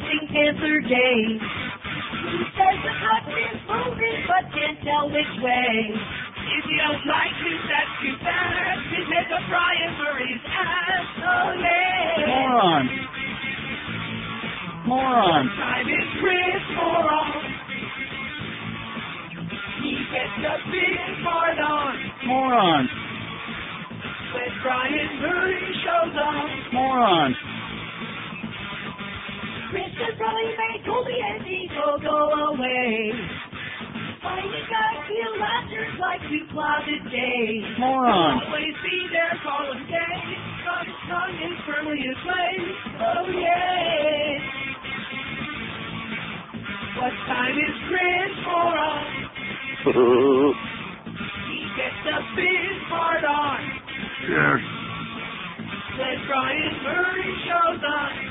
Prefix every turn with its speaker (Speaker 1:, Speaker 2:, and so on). Speaker 1: hither day. He says the country's moving, but can't tell which way.
Speaker 2: If you don't like me, that's too bad. He's make a Brian Murray's ass. Oh, yeah.
Speaker 3: Moron. Moron.
Speaker 2: Time is Chris Moron. He gets the big part on
Speaker 3: Moron.
Speaker 2: when Brian Murray shows up.
Speaker 3: Moron.
Speaker 1: Chris has probably made Goldie and Eagle go away. Fighting got feel ladders like we plotted days.
Speaker 3: Moron.
Speaker 2: Always be there, call him gay. Got his tongue is firmly in place. Oh, yeah. What time is Chris Moron? He gets the big part on
Speaker 3: Yes.
Speaker 2: when Brian Murray shows up.